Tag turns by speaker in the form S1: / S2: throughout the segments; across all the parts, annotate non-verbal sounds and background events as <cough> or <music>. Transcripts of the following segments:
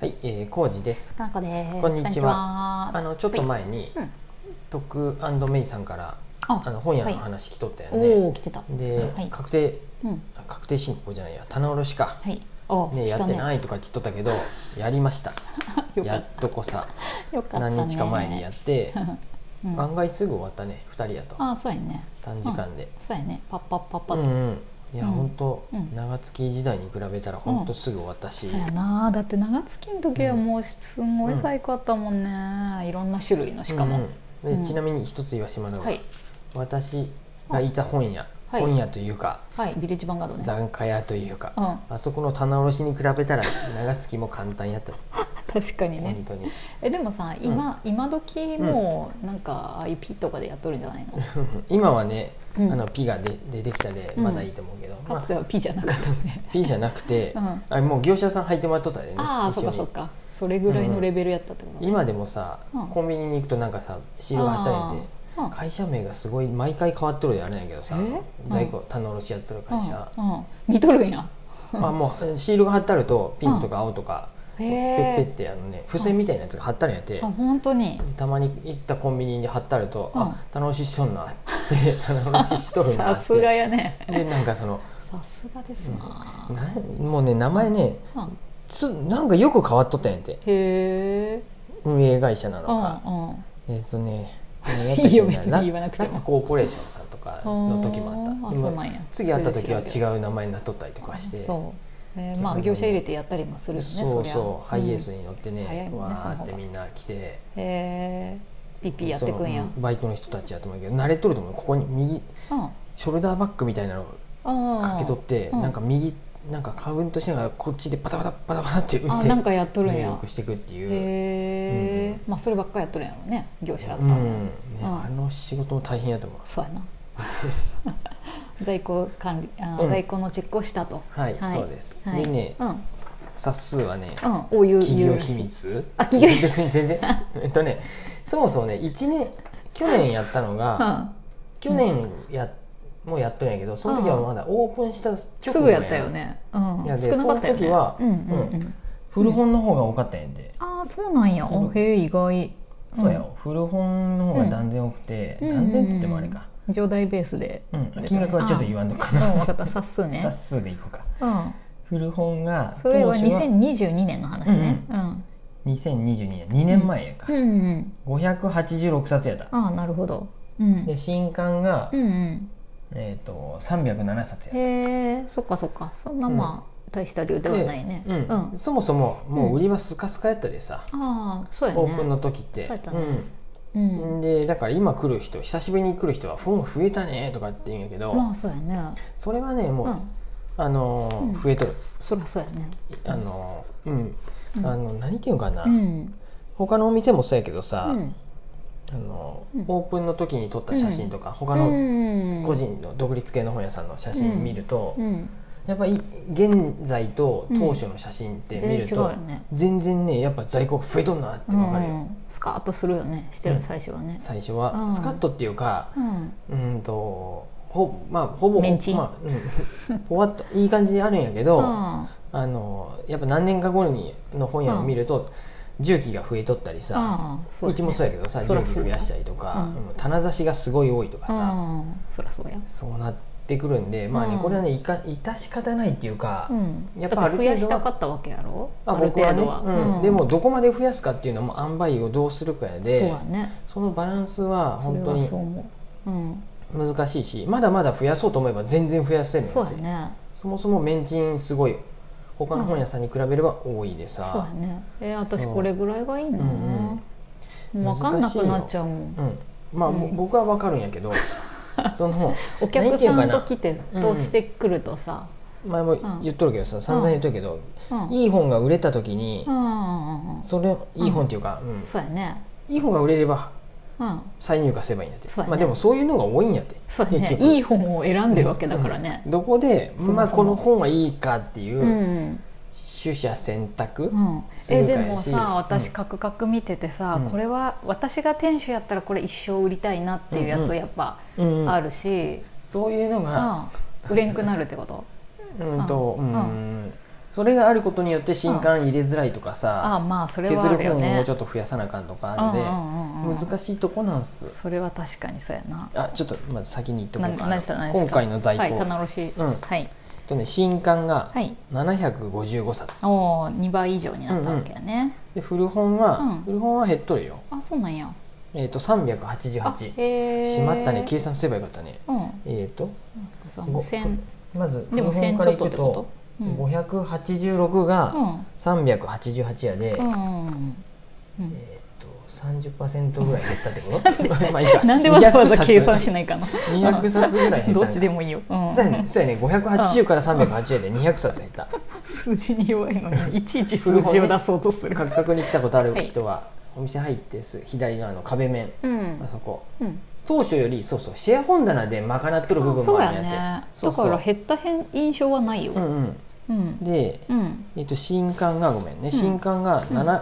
S1: はい、えー、康二です。
S2: かなこです。
S1: こんにち
S2: は
S1: あのちょっと前に、
S2: はいうん
S1: トクアンドメイさんから
S2: あ
S1: あの本屋の話来とったよ
S2: お
S1: ね。
S2: おー、来てた。
S1: で、
S2: はい
S1: 確定
S2: うん、
S1: あ確定申告じゃないや棚卸しか。
S2: はい。おー
S1: ね、や
S2: し
S1: ったて
S2: ね
S1: ないとかって言っとったけど、やりました。
S2: よか
S1: や
S2: っ
S1: っとこさ、
S2: た。 <laughs> よかった
S1: <laughs>
S2: ね。
S1: 何日か前にや
S2: っ
S1: って、
S2: うん、あ
S1: 案外すぐ終わったね、二人やと
S2: ー、そうやね。
S1: 短時間で。
S2: そうやね。パッパッパッパ
S1: う
S2: ッ
S1: ん
S2: と。
S1: うん。いや、
S2: うん
S1: 本当、
S2: うん
S1: 長月時代に比べたら本当すぐ終わったし、
S2: そうやなだって長月の時はもうすんごい最高だったもんね、いろんな種類のしかも、
S1: うんうん
S2: うん
S1: でちなみに一つ言わせてもらうわ、
S2: はい
S1: 私がいた本屋、
S2: はい
S1: 本屋というか
S2: はいビレッジヴァンガードね
S1: 残貨屋というか、
S2: うん
S1: あそこの棚卸しに比べたら長月も簡単やった
S2: 確かに
S1: 本
S2: ね
S1: 当に <laughs>
S2: えでもさ今、今時もうなんかああいうピとかでやっとるんじゃないの、
S1: 今はね、
S2: うん
S1: あのピが出出てきたで
S2: うん
S1: まだいいと思うけど、ま
S2: か
S1: あ
S2: つてはピじゃなかったね、
S1: ピじゃなくて、
S2: うん
S1: あもう業者さん入ってもらっとったでね
S2: ああ
S1: 一
S2: そ
S1: 緒
S2: っ
S1: に
S2: かそっかそれぐらいのレベルやったってこと、ね
S1: 今でもさ、
S2: うん
S1: コンビニに行くとなんかさ資料が貼ってあるんで
S2: あー
S1: 会社名がすごい毎回変わっとるであれなんやけどさ
S2: え
S1: 在庫棚卸しやってる会社、
S2: うんうん、見とるんや
S1: あもうシールが貼ってあるとピンクとか青とか、
S2: へ
S1: ペッペっ
S2: え
S1: てあのね付箋みたいなやつが貼ったんやって、
S2: あ本当に
S1: でたまに行ったコンビニに貼ったると、
S2: うん
S1: あ棚卸ししとんなって棚卸ししとるな
S2: <laughs> さ
S1: っ
S2: すが
S1: て
S2: やね
S1: でなんかその
S2: さすがですな、
S1: なんもうね名前ね
S2: うん
S1: つなんかよく変わっとったんやって
S2: へえ
S1: 運営会社なの
S2: うん
S1: か、
S2: うん
S1: えっ、とね
S2: <laughs> いいよ別に言わなくても
S1: ラスラスコーポレーションさんとかの時もあった
S2: あそうなんや
S1: 次会った時は
S2: 嬉しいわ
S1: 違う名前になっとったりとかし
S2: け
S1: て
S2: だそう、えー、まあ業者入れてやったりもするよね
S1: そう
S2: りゃ
S1: そうハイエース
S2: んへ
S1: に乗って
S2: 早
S1: ね,、
S2: いもん
S1: わ
S2: ね
S1: ーっ
S2: そ
S1: て
S2: の方が
S1: みんな来て
S2: えピッピやってくんや
S1: そのバイトの人たちやと思うけど慣れとると思うここに右
S2: うんあ
S1: ショルダーバッグみたいなのを
S2: あ
S1: かけとって、
S2: うん
S1: なんか右なんかカウントしながらこっちでパタパタパタパタって打っ
S2: あ
S1: て
S2: なんかやっとるん
S1: 入
S2: や
S1: 力していくっていう、
S2: へえ、まあそればっかやっとるんやろうね業者さ
S1: うんん
S2: は、
S1: ね
S2: うん
S1: あの仕事も大変やと思う
S2: そうやな <laughs> 在庫管理あー、
S1: うん
S2: 在庫のチェックをしたと
S1: はい、そうです、
S2: はい
S1: でね
S2: うん
S1: 冊数はね、
S2: うんお湯
S1: 企業秘密
S2: あ企業秘密
S1: <laughs> 別に全然えっとねそもそもね一年去年やったのが、
S2: うん
S1: 去年や、もうやっとんやけどその時はまだオープンした直後
S2: すぐやったよね、うん
S1: いや、で
S2: 少なかったよね
S1: その時は
S2: うんうんうん
S1: うん古本の方が多かったんやで、
S2: ああそうなんや、
S1: うん
S2: おへえ意外
S1: そうやよ古本の方が断然多くて、
S2: うん
S1: 断然って言ってもあれか、
S2: 上代ベース
S1: <laughs>
S2: で、
S1: うん金額はちょっと言わんとか
S2: うん、
S1: な、
S2: 分かった冊数
S1: <laughs>
S2: ね
S1: 冊数でいこうか
S2: うん
S1: 古本が
S2: それは
S1: 当初
S2: 2022年の話ねうん
S1: 2022年2年前やか
S2: う、んうん
S1: 586冊やった、
S2: ああなるほどうん
S1: で新刊が、
S2: うんうん
S1: えー、と307冊やっ
S2: へえそっかそっかそんなまあ、大した量で
S1: た
S2: はないね
S1: でうん
S2: あ
S1: そもそももう売り場スカスカやったでさ、
S2: あそうやね
S1: オープンの時って
S2: そうやったね
S1: ん
S2: うん
S1: でだから今来る人久しぶりに来る人は「フォン増えたね」とかって言うんやけど、
S2: まあそうやね
S1: それはねもう、
S2: うん
S1: あのー
S2: うん
S1: 増えとる
S2: そりゃそうやね
S1: あのーうん、
S2: うん
S1: あの何て言うんかな、
S2: うん
S1: 他のお店もそうやけどさ、
S2: うん
S1: あのー
S2: うん
S1: オープンの時に撮った写真とか、他
S2: う
S1: の
S2: ん
S1: 個人の独立系の本屋さんの写真見ると、
S2: うん
S1: やっぱり現在と当初の写真って見
S2: 全然
S1: る
S2: 違うよ
S1: と、
S2: ね
S1: 全然ねやっぱ在庫増えとんなって
S2: う
S1: わかるよ、
S2: んスカッとするよねして
S1: うん
S2: る最初はね
S1: 最初は、
S2: うん
S1: スカッとっていうか
S2: うん
S1: うんとほまあほぼ
S2: メンチ
S1: まあうん、ほわっといい感じにあるんやけど、
S2: あ
S1: あのやっぱ何年か後にの本屋を見ると、重機が増えとったりさ、
S2: あ
S1: う
S2: そやね
S1: ちもそうやけどさ
S2: そ
S1: 重
S2: ら
S1: 機
S2: そう
S1: 増
S2: や
S1: やしたりとか、
S2: うん
S1: うん棚差しがすごい多いとかさ、
S2: うんそりゃそうや
S1: そうなってくるんでまあね、
S2: うん
S1: これはねいか致し方ないっていうか、
S2: うん
S1: や
S2: や
S1: っ
S2: っ
S1: ぱあ
S2: ぱ
S1: る程度は
S2: 増やしたかったわけやろ
S1: まあ、
S2: る
S1: 僕は
S2: 程
S1: ね、
S2: 度は
S1: うん
S2: うん
S1: でもどこまで増やすかっていうのも塩梅をどうするかや
S2: そう
S1: で
S2: やね
S1: そのバランスは
S2: それ
S1: 本当
S2: はそう
S1: に
S2: 思ううん
S1: 難しいしまだまだ増やそうと思えば全然増やせるの
S2: そうや
S1: で
S2: ね
S1: そもそもメンチンすごい他の本屋さんに比べれば多いで
S2: そうや
S1: さ、
S2: ねえー私
S1: そう
S2: これぐらいがいいんだな、
S1: うんうん
S2: もう分かんなくなっちゃうもん
S1: うんまあ、
S2: うん
S1: ぼ僕は分かるんやけ
S2: <laughs>
S1: どその
S2: お客
S1: 何て言う
S2: さ
S1: か
S2: んと
S1: な
S2: 来て
S1: うん
S2: としてくるとさ、
S1: 前も言っとるけどさ、散々言っとるけど、
S2: うんうん
S1: いい本が売れた時に、
S2: うんうん
S1: それいい本っていうか、うん
S2: そうやね
S1: いい本が売れれば
S2: うん
S1: 再入荷すればいいんやって
S2: そうやね
S1: まあ、でもそういうのが多いんやって
S2: そうや
S1: 結
S2: ね
S1: 局
S2: いい本を選んでるわけだからね
S1: どこで
S2: そもそも、
S1: まあ、この本はいいかっていううん取捨選択、
S2: うん、
S1: そうやし
S2: えでもさ私
S1: うん
S2: カクカク見ててさ、
S1: うん
S2: これは私が店主やったらこれ一生売りたいなっていうや
S1: うんう
S2: つ
S1: ん
S2: やっぱ
S1: うんうん
S2: あるし、
S1: そういうの
S2: う
S1: が、
S2: ん売れんくなるってこと
S1: うんと、う
S2: うん
S1: ん、それがあることによって新刊入れづらいとか
S2: あ
S1: さ、
S2: まあそれはあ
S1: 削
S2: る
S1: る
S2: よ
S1: 本をも
S2: ね
S1: うちょっと増やさなあかんとか
S2: うんう
S1: あ
S2: んうん
S1: る
S2: うん
S1: んで難しいとこなんす
S2: それは確かにそうやな
S1: あちょっとまず先に言っとこうか
S2: な
S1: な
S2: 何したら何ですか
S1: 今回の在庫、
S2: はい棚卸し
S1: うん
S2: はい
S1: とね新刊が
S2: はい
S1: 755冊、
S2: おお2倍以上になったわけやね
S1: で古本は、
S2: うん
S1: 古本は減っとるよ
S2: あそうなんや
S1: えっ、と388
S2: へえ
S1: しまったね計算すればよかったね
S2: うん
S1: えっ、とご
S2: 1000
S1: まず
S2: でも
S1: 古本
S2: 1000
S1: か
S2: ち
S1: ら
S2: ょっ
S1: い
S2: とっ
S1: く
S2: てこととうん
S1: 586
S2: う
S1: が
S2: ん
S1: 388やで、
S2: うんうんうん
S1: えー、と30%ぐらい減ったってこと <laughs> まあいいか
S2: <laughs> なんでわざわざ計算
S1: し
S2: しないかな
S1: 200冊ぐらい減ったん
S2: ど
S1: か
S2: っちでもいいよ、うん
S1: そうやねそうやね580から380円で200冊減った
S2: 数字に弱いの
S1: <laughs>
S2: にいちいち数字を出そうとする、
S1: 価格に来たことある人は、お店入ってす左のあの壁面
S2: うん
S1: あそこ
S2: うん、
S1: 当初よりそうそうシェア本棚で賄っとる部分
S2: そ
S1: も
S2: う
S1: あ
S2: や
S1: るんやって
S2: ね
S1: そうそう
S2: だから減った変印象はないよ、
S1: うんうん
S2: うん
S1: で、
S2: うん
S1: えっと新刊がごめんね
S2: うん
S1: 新刊が7、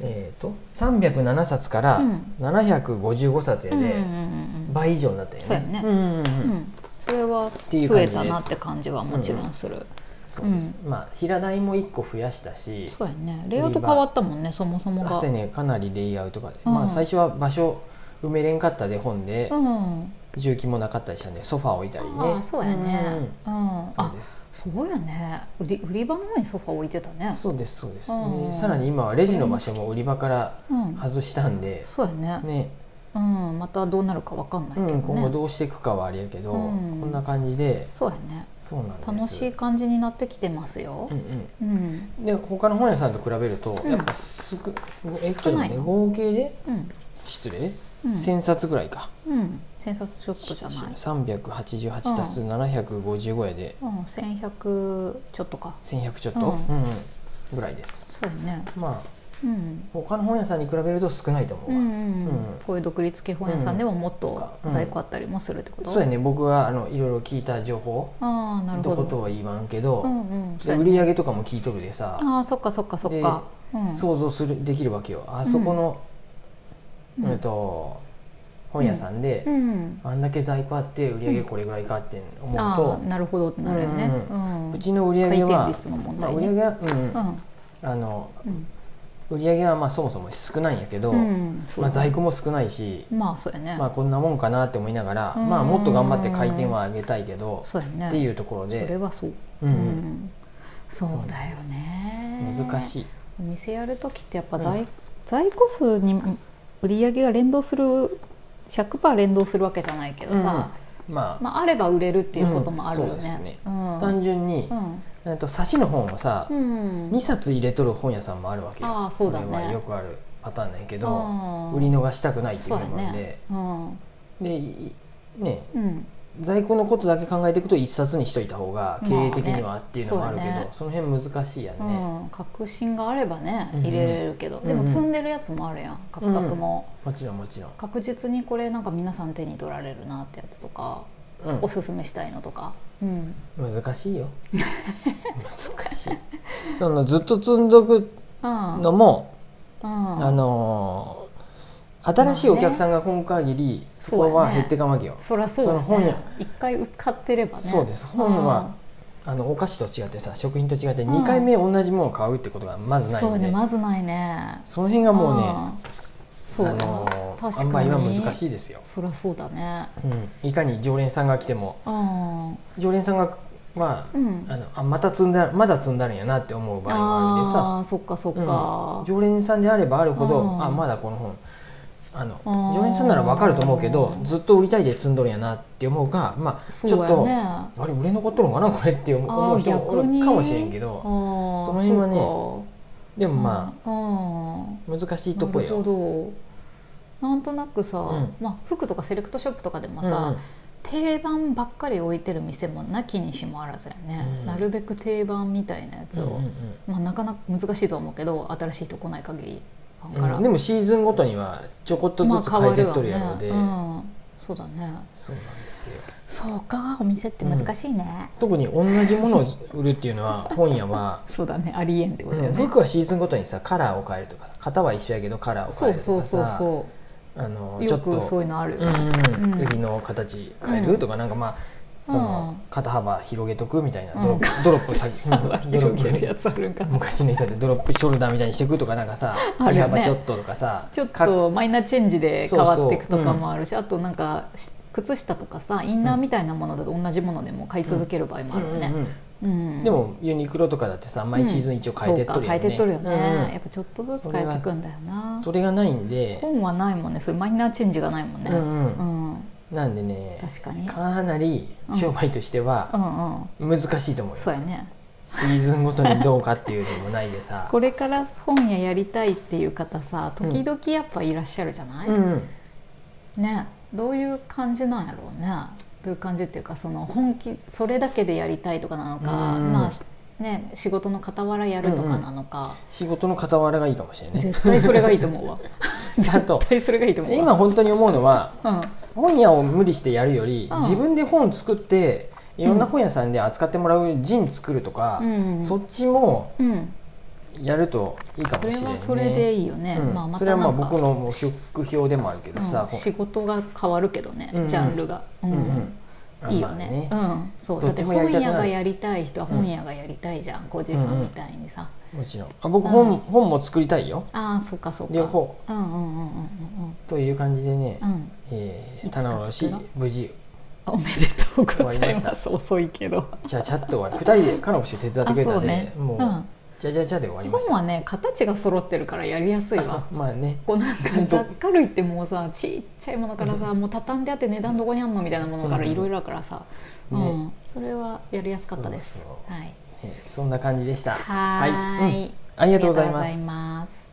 S1: えっと307冊から
S2: うん
S1: 755冊や
S2: うんうん
S1: で、
S2: うん
S1: 倍以上になったよね
S2: そうやね
S1: んうんうん
S2: うんうんそれは
S1: ていう
S2: 増
S1: 感じで
S2: え
S1: す
S2: たなって感じはもちろんする、
S1: そうです、まあ平台も1個増やしたし
S2: そうやねレイアウト変わったもんねそもそも
S1: あ
S2: が
S1: そうやねかなりレイアウトが、
S2: うん
S1: まあ最初は場所埋めれんかったで本で
S2: うん
S1: 重機もなかったりしたんでソファー置いたりね
S2: ああそうやねうん
S1: うんそう
S2: あ
S1: です
S2: そうやね売り売り場の方にソファー置いてたね
S1: そうですそうです、
S2: うん
S1: でさらに今はレジの場所も売り場から
S2: うん
S1: 外したんで、
S2: そうやね
S1: ね
S2: うんまたどうなるかわかんないけ
S1: う
S2: ど
S1: ん、今後
S2: ね
S1: どうしていくかはあれやけど、
S2: うん
S1: こんな感じで
S2: そうやね
S1: そうなんです
S2: 楽しい感じになってきてますよ
S1: うんう
S2: うん
S1: ん、で他の本屋さんと比べると、
S2: うん
S1: やっぱすくえっ
S2: 少
S1: と
S2: ない
S1: ね
S2: の
S1: 合計で
S2: うん
S1: 失礼、
S2: うん
S1: 1000冊ぐらいか
S2: うん千冊ちょっとじゃない
S1: 388足す755やで
S2: うん千百ちょっとか
S1: 1100ちょっと、
S2: う
S1: うんんうんぐらいです
S2: そうやね
S1: まあ
S2: うん
S1: 他の本屋さんに比べると少ないと思う
S2: う
S1: わ、
S2: んうん
S1: うん
S2: こういう独立系本屋さんでももっと
S1: うん
S2: 在庫あったりもするってこと
S1: そうやね僕はあのいろいろ聞いた情報
S2: ああなる
S1: ど
S2: ほ
S1: こと
S2: ど
S1: は言わんけど、
S2: うんうん
S1: で
S2: そうや
S1: 売
S2: ね
S1: り上げとかも聞いとるでさ
S2: ああそっかそっかそっかうん
S1: 想像するできるわけよあそこの、
S2: うん
S1: えっと本屋さんで、
S2: うん
S1: あんだけ在庫あって売り上げこれぐらいかって思う
S2: あ
S1: と
S2: あ、なるほどってなるよね
S1: うん
S2: うん
S1: うちの売り上げ
S2: 回
S1: は、
S2: 転率の問
S1: まあ、
S2: 題
S1: 売り上
S2: ね
S1: げは、うんうん
S2: うん
S1: あの
S2: うん
S1: 売り上げはまあそもそも少ないんやけど、
S2: うんそう
S1: まあ、在
S2: 庫
S1: 庫も少ないし、
S2: まあそうやね
S1: まあ、こんなもんかなって思いながら、
S2: うん
S1: まあ、もっと頑張って回転は上げたいけど、
S2: そうやね
S1: っていうところ
S2: それ
S1: で、
S2: はそう
S1: う
S2: うんんそうだよ
S1: う
S2: ね
S1: ん、難しい、
S2: お店やる時ってやっぱ
S1: う
S2: 在
S1: ん
S2: 在庫数に売り上げが連動する100%連動するわけじゃないけどさ
S1: うんまあ、
S2: まああれば売れるっていうこともあるよ
S1: うんそうです
S2: ね
S1: ね
S2: うん
S1: 単純に、えっと差しの本をさ、
S2: うんうん
S1: 2冊入れとる本屋さんもあるわけよ
S2: ああそうだね
S1: これはよくあるパターンなんやけど、
S2: 売
S1: 売り逃したくないっていう
S2: そうだ
S1: のなん
S2: ね
S1: で、
S2: うん
S1: でいね
S2: うん
S1: 在庫のことだけ考えていくと1冊にしといた方が経営的にはっていうのもあるけど、
S2: まあね
S1: その辺難しいやんね、
S2: うん確信があればね
S1: うんうん
S2: 入れれるけど、で
S1: うんう
S2: も
S1: ん
S2: 積んでるやつもあるやん価格も、
S1: もちろんもちろん、
S2: 確実にこれなんか皆さん手に取られるなってやつとか
S1: うん
S2: おすすめしたいのとか、うん、
S1: 難しいよ難しいそのずっと積んどく
S2: あ
S1: のも、
S2: あ
S1: あのー新しいお客さんが今回限りそこ
S2: そうや
S1: は
S2: ね
S1: 減ってかまけよ、
S2: そりゃそう
S1: そ
S2: だ、
S1: の
S2: ね、
S1: 本や
S2: 一回買ってればね
S1: そうです本はあのお菓子と違ってさ食品と違って2回目同じものを買うってことがまず
S2: うん
S1: ない
S2: そ
S1: ん
S2: う
S1: で、
S2: ねまずないね
S1: その辺がもうね
S2: ああそう
S1: あ
S2: だ、
S1: のー
S2: 確
S1: あん
S2: か
S1: ま
S2: に
S1: りは難しいですよ、
S2: そりゃそうだね
S1: うん、いかに常連さんが来ても
S2: うん
S1: 常連さんがまあ,、
S2: うん
S1: あのあまた積んだまだ積んだるんやなって思う場合もあるんでさ
S2: ああそっかそっ
S1: うん
S2: か、
S1: 常連さんであればあるほど、
S2: うん
S1: あまだこの本あの
S2: うん
S1: 常連さんならわかると思うけど
S2: うん
S1: ずっと売りたいで積んどるんやなって思うかまあち
S2: そう
S1: ょ
S2: や
S1: っと、
S2: ね
S1: あれ売れ残っとるのかなこれって思う思う人もおる
S2: あー逆に
S1: かもしれんけ
S2: ああ
S1: ど
S2: そ
S1: その辺はねで
S2: う
S1: も
S2: か
S1: ま
S2: うん
S1: あ難しいとこ
S2: なる
S1: よ。
S2: ほどなんとなくさ、
S1: うん
S2: まあ、服とかセレクトショップとかでも
S1: うんうん
S2: さ、定番ばっかり置いてる店もなきにしもあらずやね、
S1: うん
S2: なるべく定番みたいなやつを、
S1: うんうん
S2: まあ、なかなか難しいとは思うけど新しい人来ない限りファン
S1: うん
S2: から、
S1: でもシーズンごとにはちょこっとずつ
S2: まあ変
S1: 変
S2: わ
S1: え
S2: る
S1: て
S2: わ
S1: っとるやろうで、
S2: ねうん、そうだね
S1: そうなんですよ
S2: そうかお店って難しいね、
S1: 特に同じものを売るっていうのは本屋は、
S2: そうだねありえんってことだ
S1: う
S2: よ
S1: ん
S2: ね、
S1: 服はシーズンごとにさカラーを変えるとか型は一緒やけどカラーを
S2: そ
S1: 変え
S2: う
S1: ると
S2: そう
S1: かさ
S2: そうそ
S1: あの
S2: う
S1: ちょ
S2: よ
S1: っと
S2: くそういうのあるよ <laughs>
S1: うん
S2: ね、
S1: うん
S2: うん
S1: 襟の形変え
S2: う
S1: る
S2: ん
S1: とかなんかまあその肩幅広げとくみたいなドロップ、
S2: <laughs>
S1: ドロップ下げドロ
S2: 広げ
S1: ッ
S2: る
S1: プ
S2: やつあるんかな
S1: 昔の人でドロップショルダーみたいにしてくとかなんかさ
S2: ある
S1: 身
S2: よね
S1: 幅ちょっととかさ
S2: ちょっ
S1: か
S2: とマイナーチェンジで変わっていくと
S1: そうそ
S2: か
S1: ううん
S2: もあるしあとなんかし靴下とかさインナーみたいなものだと同じものでも買い続ける場合もあるよね
S1: うん、うん
S2: うん
S1: うんでもユニクロとかだってさ毎シーズン一応変えてっとるよね、
S2: そうか変えてっとるよね、
S1: うんうん
S2: やっぱちょっとずつ変えていくんだよな
S1: それがないんで、
S2: 本はないもんねそれマイナーチェンジがないもんね
S1: う
S2: うん、
S1: んうん、なんでね
S2: 確かに
S1: かなり商売として
S2: う
S1: は
S2: んうん
S1: 難しいと思うよ、
S2: そうやね
S1: シーズンごとにどうかっていうのもないでさ、
S2: <laughs> これから本屋やりたいっていう方さ
S1: うん
S2: 時々やっぱいらっしゃるじゃない、
S1: うんうん、
S2: ねどういう感じなんやろうねどういう感じっていうかその本気それだけでやりたいとかなのか、
S1: うん
S2: まあしね、仕事の傍らやるとかなのか、
S1: 仕事の傍らがいいかもしれないね
S2: 絶対それがいいと思
S1: <laughs>
S2: うわ
S1: あと
S2: 絶対それがいいと思う
S1: 今
S2: わ
S1: 本当に思うのは
S2: 今、うん、
S1: 本屋を無理してやるより、
S2: うん
S1: 自分で本作っていろんな本屋さんで扱ってもらうジン作るとか、
S2: うん
S1: そっちも
S2: うん、
S1: やるといいかも
S2: そ
S1: しれ
S2: れ
S1: ない、ね、
S2: はそれでいいよね、
S1: うん
S2: まあ、ま
S1: そ
S2: た
S1: れ
S2: な
S1: は
S2: ん
S1: ま
S2: か
S1: あ僕の目標でもあるけどさ、
S2: うん仕事が変わるけどね、
S1: うんうん
S2: ジャンルが、うん
S1: うんうん
S2: いいよ
S1: まあ
S2: ね,、うん、そう
S1: どっ
S2: だっ
S1: ち
S2: て
S1: もやり
S2: 本
S1: たくなる
S2: 屋がやりたい人は本屋がやりたいじゃん、ごじいさんみたいにさ、
S1: もちろんあ僕本,、
S2: うん
S1: 本も作りたいよ
S2: ああそうかそうか
S1: 両方
S2: うんうんうんうんうん
S1: という感じでね、
S2: うんうん
S1: えー
S2: いつか
S1: 棚卸し
S2: 作ろ
S1: 無事
S2: おめでとうござい
S1: 終わ
S2: ま
S1: り
S2: す
S1: ま
S2: 遅いけど
S1: じゃあちゃっと終
S2: <laughs>
S1: わり2人で彼女手伝ってくれたんで、もう、じゃじゃじゃで終わ
S2: う
S1: り
S2: ん、
S1: まし
S2: 本
S1: た
S2: はね形が揃ってるからやりやすいわ
S1: あまあね
S2: こうなんか
S1: 本当
S2: 雑貨類っても
S1: <laughs>
S2: うさちっちゃいものからさ、もう畳んであって値段どこにあんのみたいなものから
S1: うん
S2: いろいろあるからさ、
S1: ね
S2: うんそれはやりやすかったです
S1: そうそ
S2: はい
S1: えーそんな感じでした
S2: はーい、
S1: うんありがとうございま
S2: ありがとうござい
S1: す
S2: ます